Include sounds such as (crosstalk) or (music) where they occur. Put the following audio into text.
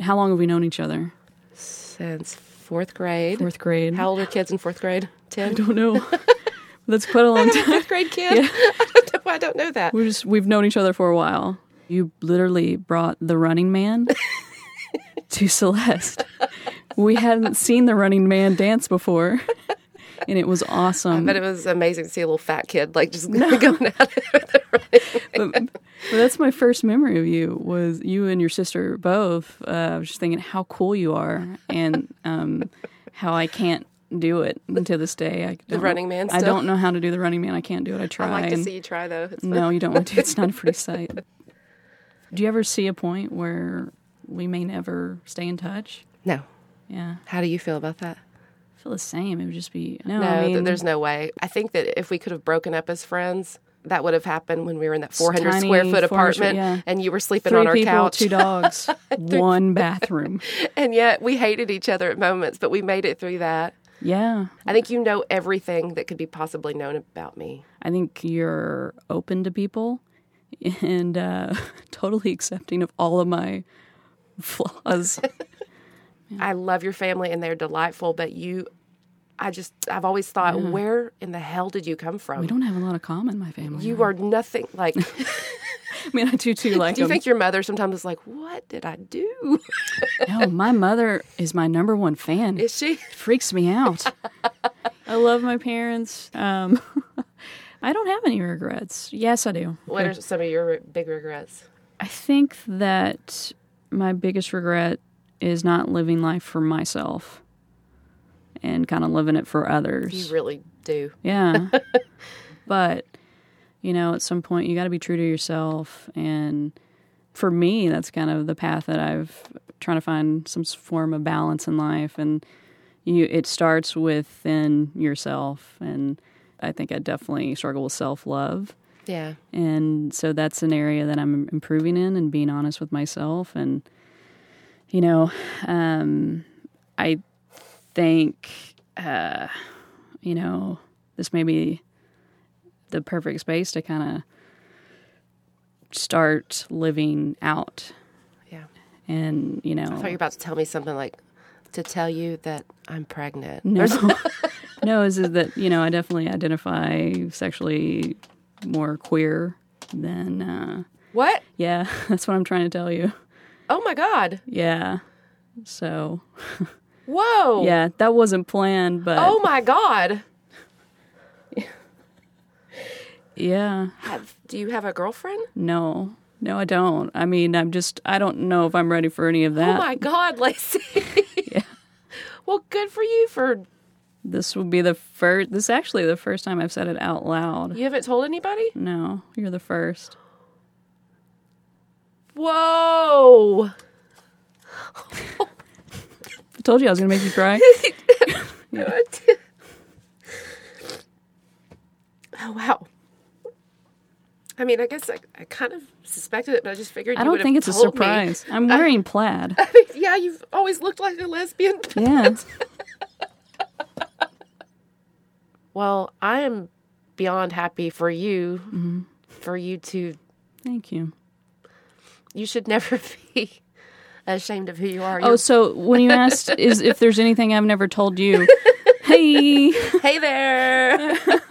how long have we known each other? Since fourth grade. Fourth grade. How (gasps) old are kids in fourth grade? Ten. I (laughs) don't know. (laughs) That's quite a long (laughs) time. Fifth grade kid. I don't know. I don't know that. We just we've known each other for a while. You literally brought the Running (laughs) Man to Celeste. We hadn't seen the Running Man dance before, and it was awesome. But it was amazing to see a little fat kid like just (laughs) going at it. with the running man. But that's my first memory of you was you and your sister both. Uh, I was just thinking how cool you are and um, how I can't do it to this day. I the Running Man I still? don't know how to do the running man. I can't do it. I try. I'd like to and- see you try though. It's No, you don't want to. It's not a (laughs) pretty sight. Do you ever see a point where we may never stay in touch? no. Yeah, How do you feel about that? I feel the same. It would just be no. No, I th- mean, there's no way. I think that if we could have broken up as friends, that would have happened when we were in that 400 tiny, square foot 400 apartment yeah. and you were sleeping three on our people, couch. two (laughs) dogs, one bathroom. And yet we hated each other at moments, but we made it through that. Yeah, I think you know everything that could be possibly known about me. I think you're open to people and uh, (laughs) totally accepting of all of my flaws. I love your family and they're delightful, but you, I just, I've always thought, where in the hell did you come we from? don't have a lot of common, my family. You are nothing (laughs) like, do I mean, I do too. Like, (laughs) you them. think your mother sometimes is like, what did (laughs) I do? no, my mother is my number one fan. Is she? freaks me out. I love my parents. Um, (laughs) I don't have any regrets. Yes, I do. What are some of your big regrets? I think that my biggest regret is not living life for myself and kind of living it for You others. really do. Yeah. but, you know, at some point you got to be true to yourself. And for me, that's kind of the path that I've trying to find some s- form of balance in life. And you, it starts within yourself. And I think I definitely struggle with self love. Yeah. And so that's an area that I'm improving in and being honest with myself. And, you know, um, I think, uh, you know, this may be the perfect space to kind of start living out. Yeah. And, you (laughs) I thought you know, were about to tell me something like, to tell you that I'm pregnant. no, no, is, is that, you know, I definitely identify sexually more queer than, uh, What? yeah, (laughs) that's what I'm trying to tell you. Oh my God. Yeah. So Whoa. yeah, that wasn't planned, but Oh my God. yeah, Have, do you have a girlfriend? no, no, I don't. I mean, I'm just I don't know if I'm ready for any of Oh that. my God, (laughs) Lacey. Well, good for you for This will be the first. This is actually the first time I've said it out loud. you haven't told anybody. No, you're the first. Whoa. I told you I was gonna make you (laughs) cry. oh wow. I mean, I guess I, I kind of suspected it, but I just figured. I you don't would think it's have a told me. surprise. I'm wearing plaid. (laughs) yeah, you've always looked like a lesbian. (laughs) Yeah, Well, I am beyond happy for you. For you to, thank you. you should never (laughs) be ashamed of who you are. Oh, (laughs) so when you (laughs) asked is if there's anything I've never told you, hey, You're- hey there.